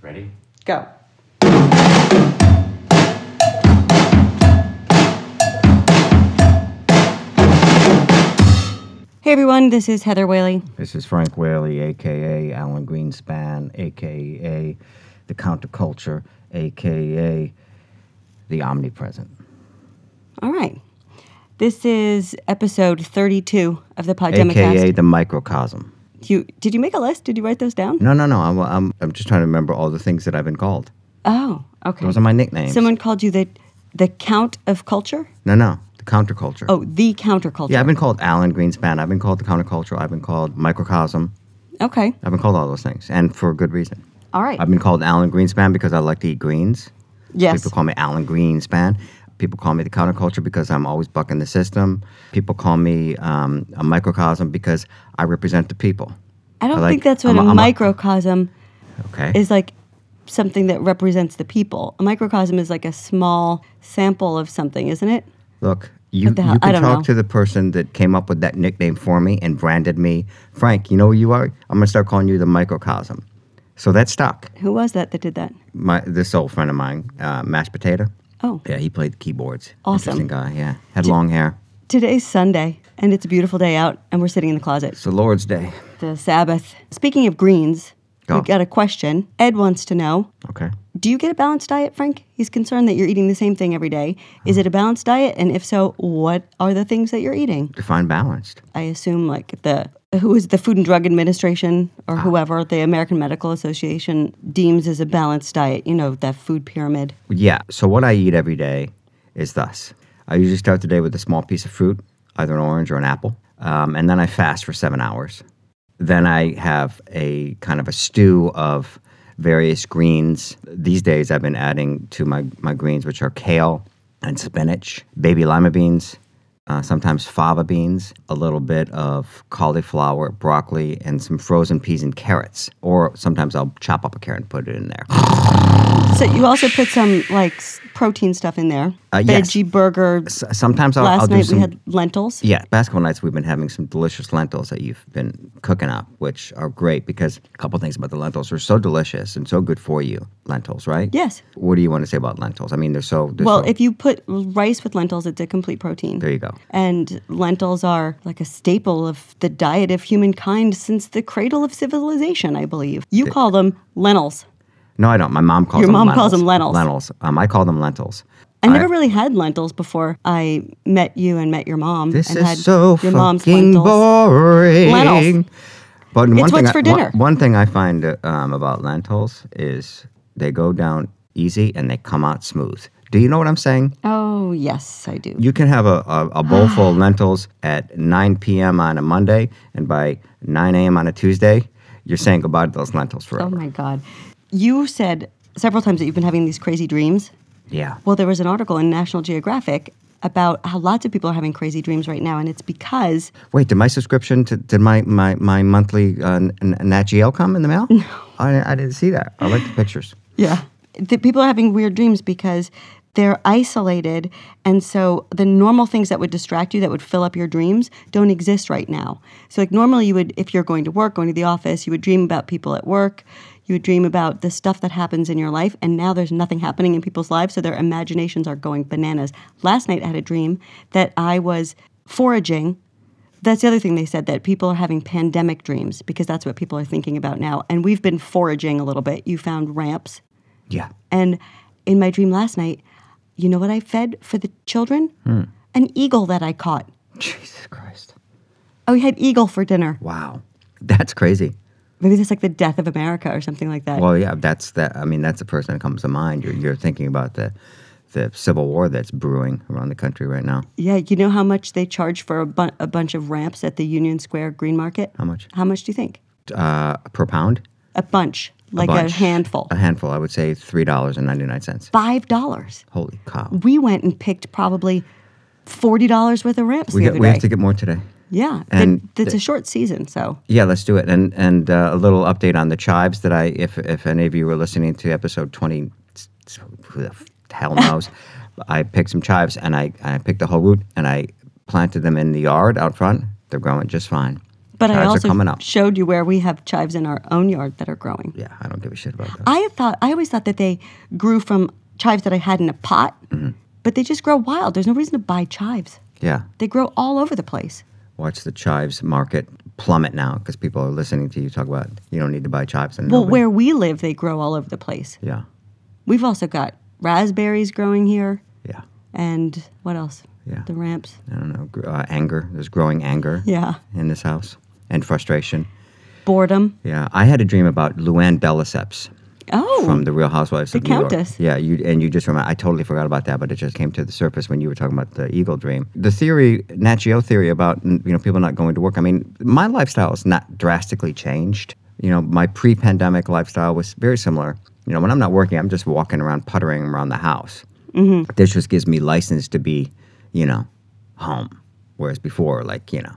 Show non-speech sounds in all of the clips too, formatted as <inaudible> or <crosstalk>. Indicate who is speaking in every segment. Speaker 1: Ready?
Speaker 2: Go. Hey everyone, this is Heather Whaley.
Speaker 3: This is Frank Whaley, aka Alan Greenspan, aka the counterculture, aka the omnipresent.
Speaker 2: All right. This is episode 32 of the
Speaker 3: aka
Speaker 2: Poddemicast.
Speaker 3: the microcosm.
Speaker 2: You did you make a list? Did you write those down?
Speaker 3: No, no, no. I'm, I'm, I'm just trying to remember all the things that I've been called.
Speaker 2: Oh, okay.
Speaker 3: Those are my nicknames.
Speaker 2: Someone called you the the count of culture?
Speaker 3: No, no. The counterculture.
Speaker 2: Oh, the counterculture.
Speaker 3: Yeah, I've been called Alan Greenspan. I've been called the counterculture. I've been called microcosm.
Speaker 2: Okay.
Speaker 3: I've been called all those things, and for a good reason.
Speaker 2: All right.
Speaker 3: I've been called Alan Greenspan because I like to eat greens.
Speaker 2: yes.
Speaker 3: People call me Alan Greenspan. People call me the counterculture because I'm always bucking the system. People call me um, a microcosm because I represent the people.
Speaker 2: I don't
Speaker 3: I like-
Speaker 2: think that's what
Speaker 3: I'm a-
Speaker 2: a,
Speaker 3: I'm a-
Speaker 2: microcosm
Speaker 3: Okay.
Speaker 2: is like something that represents the people. A microcosm is like a small sample of something, isn't it?
Speaker 3: Look, you,
Speaker 2: What the hell?
Speaker 3: you
Speaker 2: I don't
Speaker 3: can talk
Speaker 2: know.
Speaker 3: to the person that came up with that nickname for me and branded me. Frank, you know who you are? I'm going to start calling you the microcosm. So that stuck.
Speaker 2: Who was that that did that?
Speaker 3: My This old friend of mine, uh, Mashed Potato.
Speaker 2: Oh.
Speaker 3: Yeah, he played the keyboards.
Speaker 2: Awesome.
Speaker 3: Interesting guy, yeah. Had long hair.
Speaker 2: Today's Sunday and it's a beautiful day out and we're sitting in the closet.
Speaker 3: It's the Lord's Day.
Speaker 2: The Sabbath. Speaking of greens,
Speaker 3: Go.
Speaker 2: we got a question. Ed wants to know
Speaker 3: Okay.
Speaker 2: Do you get a balanced diet, Frank? He's concerned that you're eating the same thing every day. Is it a balanced diet? And if so, what are the things that you're eating?
Speaker 3: Define balanced.
Speaker 2: I assume like the who is the Food and Drug Administration or whoever the American Medical Association deems as a balanced diet. You know that food pyramid.
Speaker 3: Yeah. So what I eat every day is thus: I usually start the day with a small piece of fruit, either an orange or an apple, um, and then I fast for seven hours. Then I have a kind of a stew of various greens. These days, I've been adding to my my greens, which are kale and spinach, baby lima beans. Uh, sometimes fava beans, a little bit of cauliflower, broccoli, and some frozen peas and carrots. Or sometimes I'll chop up a carrot and put it in there.
Speaker 2: So you also put some like s- protein stuff in there.
Speaker 3: Uh, yes.
Speaker 2: Veggie burger.
Speaker 3: S- sometimes I'll,
Speaker 2: Last
Speaker 3: I'll do
Speaker 2: night
Speaker 3: some.
Speaker 2: we had lentils.
Speaker 3: Yeah, basketball nights we've been having some delicious lentils that you've been cooking up, which are great because a couple things about the lentils are so delicious and so good for you. Lentils, right?
Speaker 2: Yes.
Speaker 3: What do you want to say about lentils? I mean, they're so. They're
Speaker 2: Well,
Speaker 3: so-
Speaker 2: if you put rice with lentils, it's a complete protein.
Speaker 3: there you go.
Speaker 2: And lentils are like a staple of the diet of humankind since the cradle of civilization, I believe. You call them lentils.
Speaker 3: No, I don't. My mom calls
Speaker 2: Your
Speaker 3: them
Speaker 2: mom
Speaker 3: lentils.
Speaker 2: calls them lentils.
Speaker 3: Lentils. Um, I call them lentils.
Speaker 2: I
Speaker 3: I-
Speaker 2: never really had lentils before I met you and met your mom.
Speaker 3: This
Speaker 2: and
Speaker 3: is
Speaker 2: had
Speaker 3: so
Speaker 2: your mom's
Speaker 3: fucking
Speaker 2: lentils.
Speaker 3: boring.
Speaker 2: Lentils.
Speaker 3: But one
Speaker 2: what's
Speaker 3: thing I,
Speaker 2: for
Speaker 3: one-
Speaker 2: dinner.
Speaker 3: One, thing I find uh, um, about lentils is they go down easy and they come out smooth. Do you know what I'm saying?
Speaker 2: Oh yes, I do.
Speaker 3: You can have a, a, a bowl full of lentils at 9 p.m. on a Monday, and by 9 a.m. on a Tuesday, you're saying goodbye to those lentils
Speaker 2: oh
Speaker 3: forever.
Speaker 2: my god. You said several times that you've been having these crazy dreams.
Speaker 3: yeah.
Speaker 2: Well, there was an article in National Geographic about how lots of people are having crazy dreams right now, and it's because
Speaker 3: Wait, did my subscription to did my my my monthly uh, N- N- Nat Geo come in the mail? No, I, I didn't see that. I like the pictures.
Speaker 2: Yeah. The people are having weird dreams because they're isolated. And so the normal things that would distract you, that would fill up your dreams, don't exist right now. So, like, normally you would, if you're going to work, going to the office, you would dream about people at work. You would dream about the stuff that happens in your life. And now there's nothing happening in people's lives. So their imaginations are going bananas. Last night I had a dream that I was foraging that's the other thing they said that people are having pandemic dreams because that's what people are thinking about now. And we've been foraging a little bit. You found ramps.
Speaker 3: Yeah.
Speaker 2: And in my dream last night, you know what I fed for the children?
Speaker 3: Hmm.
Speaker 2: An eagle that I caught.
Speaker 3: Jesus Christ.
Speaker 2: Oh, we had eagle for dinner.
Speaker 3: Wow, that's crazy.
Speaker 2: Maybe that's like the death of America or something like that.
Speaker 3: Well, yeah, that's that. I mean, that's the person that comes to mind. You're you're thinking about the the civil war that's brewing around the country right now.
Speaker 2: Yeah, you know how much they charge for a, bu- a bunch of ramps at the Union Square Green Market?
Speaker 3: How much?
Speaker 2: How much do you think?
Speaker 3: Uh, per pound,
Speaker 2: A bunch, like a,
Speaker 3: bunch.
Speaker 2: handful.
Speaker 3: a handful. I would say three dollars and ninety nine cents.
Speaker 2: Five dollars.
Speaker 3: Holy cow!
Speaker 2: We went and picked probably forty dollars worth of ramps
Speaker 3: We
Speaker 2: the
Speaker 3: got,
Speaker 2: other
Speaker 3: we
Speaker 2: day.
Speaker 3: have to get more today.
Speaker 2: Yeah,
Speaker 3: And
Speaker 2: that- that's a short season, so
Speaker 3: Yeah, let's do it. And and uh, a little update on the chives that I, if if any of you were listening to episode twenty, who the f-
Speaker 2: <laughs>
Speaker 3: hell knows, I picked some chives and I I picked the whole root and I planted them in the yard out front. They're growing just fine.
Speaker 2: But I
Speaker 3: Chives are
Speaker 2: also
Speaker 3: coming up.
Speaker 2: showed you where we have chives in our own yard that are growing.
Speaker 3: Yeah, I don't give a shit about that.
Speaker 2: I had thought I always thought that they grew from chives that I had in a pot,
Speaker 3: Mm-hmm.
Speaker 2: but they just grow wild. There's no reason to buy chives.
Speaker 3: yeah.
Speaker 2: They grow all over the place.
Speaker 3: Watch the chives market plummet now because people are listening to you talk about you don't need to buy chives and
Speaker 2: Well,
Speaker 3: nobody-
Speaker 2: where we live, they grow all over the place.
Speaker 3: Yeah.
Speaker 2: We've also got raspberries growing here,
Speaker 3: Yeah.
Speaker 2: and what else?
Speaker 3: Yeah.
Speaker 2: The ramps.
Speaker 3: I don't know. gr- Uh, anger. There's growing anger
Speaker 2: Yeah.
Speaker 3: in this house and frustration.
Speaker 2: Boredom.
Speaker 3: Yeah. I had a dream about Luann Belliceps
Speaker 2: Oh,
Speaker 3: from The Real Housewives of
Speaker 2: the
Speaker 3: New York.
Speaker 2: Countess.
Speaker 3: Yeah, you and you just remember. I totally forgot about that, but it just came to the surface when you were talking about the eagle dream. The theory, Nat Geo theory about n- you know people not going to work. I mean, my lifestyle has not drastically changed. You know, my pre-pandemic lifestyle was very similar. You know, when I'm not working, I'm just walking around puttering around the house.
Speaker 2: Mm-hmm.
Speaker 3: This just gives me license to be, you know, home. Whereas before, like you know,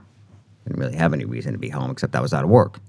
Speaker 3: didn't really have any reason to be home except I was out of work.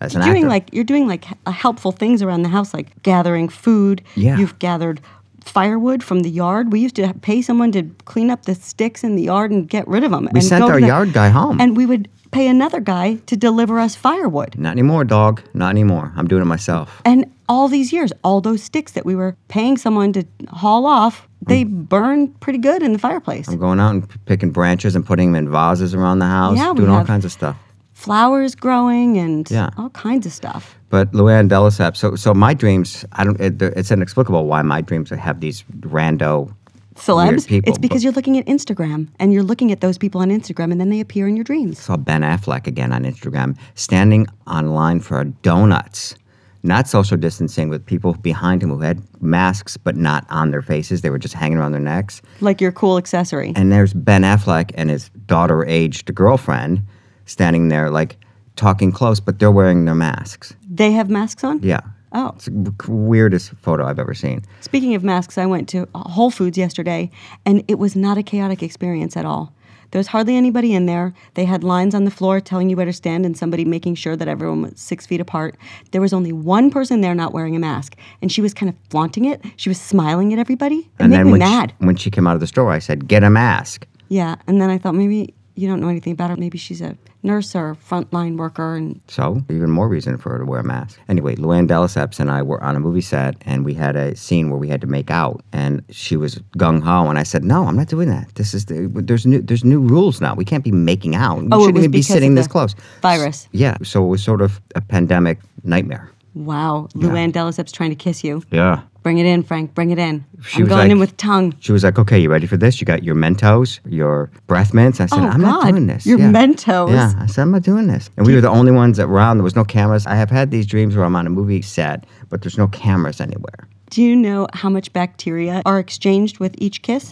Speaker 3: As an
Speaker 2: doing
Speaker 3: actor.
Speaker 2: like you're doing like h- helpful things around the house, like gathering food.
Speaker 3: Yeah.
Speaker 2: You've gathered firewood from the yard. We used to ha- pay someone to clean up the sticks in the yard and get rid of them.
Speaker 3: we sent our yard guy home.
Speaker 2: and we would pay another guy to deliver us firewood.
Speaker 3: Not anymore, dog. Not anymore. I'm doing it myself.
Speaker 2: And all these years, all those sticks that we were paying someone to haul off, they
Speaker 3: Mm.
Speaker 2: burn pretty good in the fireplace.
Speaker 3: I'm going out and p- picking branches and putting them in vases around the house,
Speaker 2: Yeah, we
Speaker 3: doing all
Speaker 2: have-
Speaker 3: kinds of stuff.
Speaker 2: Flowers growing and
Speaker 3: Yeah.
Speaker 2: all kinds of stuff.
Speaker 3: But Luann Delisep, so so my dreams, I don't. It, it's inexplicable why my dreams have these rando.
Speaker 2: Celebs,
Speaker 3: people,
Speaker 2: it's because
Speaker 3: but-
Speaker 2: you're looking at Instagram and you're looking at those people on Instagram and then they appear in your dreams.
Speaker 3: Saw Ben Affleck again on Instagram, standing online for donuts, not social distancing with people behind him who had masks but not on their faces. They were just hanging around their necks.
Speaker 2: Like your cool accessory.
Speaker 3: and there's Ben Affleck and his daughter aged girlfriend standing there like talking close, but they're wearing their masks.
Speaker 2: they have masks on?
Speaker 3: Yeah.
Speaker 2: Oh.
Speaker 3: It's the weirdest photo I've ever seen.
Speaker 2: Speaking of masks, I went to uh, Whole Foods yesterday and it was not a chaotic experience at all. There was hardly anybody in there. They had lines on the floor telling you where to stand and somebody making sure that everyone was six feet apart. There was only one person there not wearing a mask and she was kind of flaunting it. She was smiling at everybody. It made
Speaker 3: then
Speaker 2: me
Speaker 3: when
Speaker 2: mad.
Speaker 3: She, when she came out of the store, I said, "Get a mask."
Speaker 2: yeah. And then I thought maybe you don't know anything about her. Maybe she's a nurse or a frontline worker and
Speaker 3: So even more reason for her to wear a mask. Anyway, Luann Deliceps and I were on a movie set, and we had a scene where we had to make out, and she was gung ho, and I said, "No, I'm not doing that. This is the, there's new there's new rules now. We can't be making out. We
Speaker 2: Oh, it
Speaker 3: shouldn't
Speaker 2: was
Speaker 3: even be
Speaker 2: because of
Speaker 3: sitting this
Speaker 2: the
Speaker 3: close."
Speaker 2: virus.
Speaker 3: Yeah, so it was sort of a pandemic nightmare.
Speaker 2: wow, Luann Delicep's trying to kiss you.
Speaker 3: Yeah.
Speaker 2: Bring it in, Frank. Bring it in.
Speaker 3: She
Speaker 2: I'm
Speaker 3: was
Speaker 2: going
Speaker 3: like-
Speaker 2: in with tongue.
Speaker 3: She was like, "Okay, you ready for this? You got your Mentos, your breath mints." I said,
Speaker 2: Oh,
Speaker 3: "I'm not
Speaker 2: God,
Speaker 3: doing this."
Speaker 2: your Mentos.
Speaker 3: Yeah, I said, "I'm not doing this." And we were the only ones around. There was no cameras. I have had these dreams where I'm on a movie set, but there's no cameras anywhere.
Speaker 2: Do you know how much bacteria are exchanged with each kiss?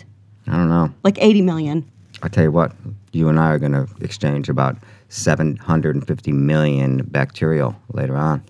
Speaker 3: I don't know.
Speaker 2: Like 80 million.
Speaker 3: I tell you what, you and I are going to exchange about 750 million bacterial later on.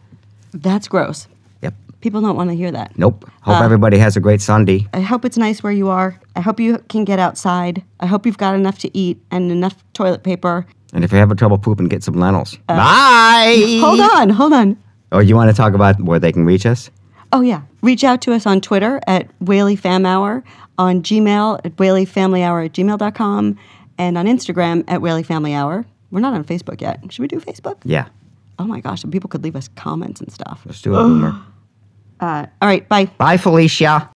Speaker 2: That's gross.
Speaker 3: Yep.
Speaker 2: People don't want to hear that.
Speaker 3: Nope. Hope
Speaker 2: Uh.
Speaker 3: everybody has a great Sunday.
Speaker 2: I hope it's nice where you are. I hope you can get outside. I hope you've got enough to eat and enough toilet paper.
Speaker 3: And if you're having trouble pooping, get some lentils.
Speaker 2: Uh.
Speaker 3: Bye.
Speaker 2: Hold on, hold on.
Speaker 3: Oh, you want to talk about where they can reach us?
Speaker 2: Oh, yeah. Reach out to us on Twitter at Whaley Fam Hour, on Gmail at WhaleyFamilyHour at gmail.com, and on Instagram at Whaley Family Hour. We're not on Facebook yet. Should we do Facebook?
Speaker 3: Yeah.
Speaker 2: Oh my gosh, and people could leave us comments and stuff.
Speaker 3: Let's do it, Boomer.
Speaker 2: Uh, all right, bye.
Speaker 3: Bye, Felicia.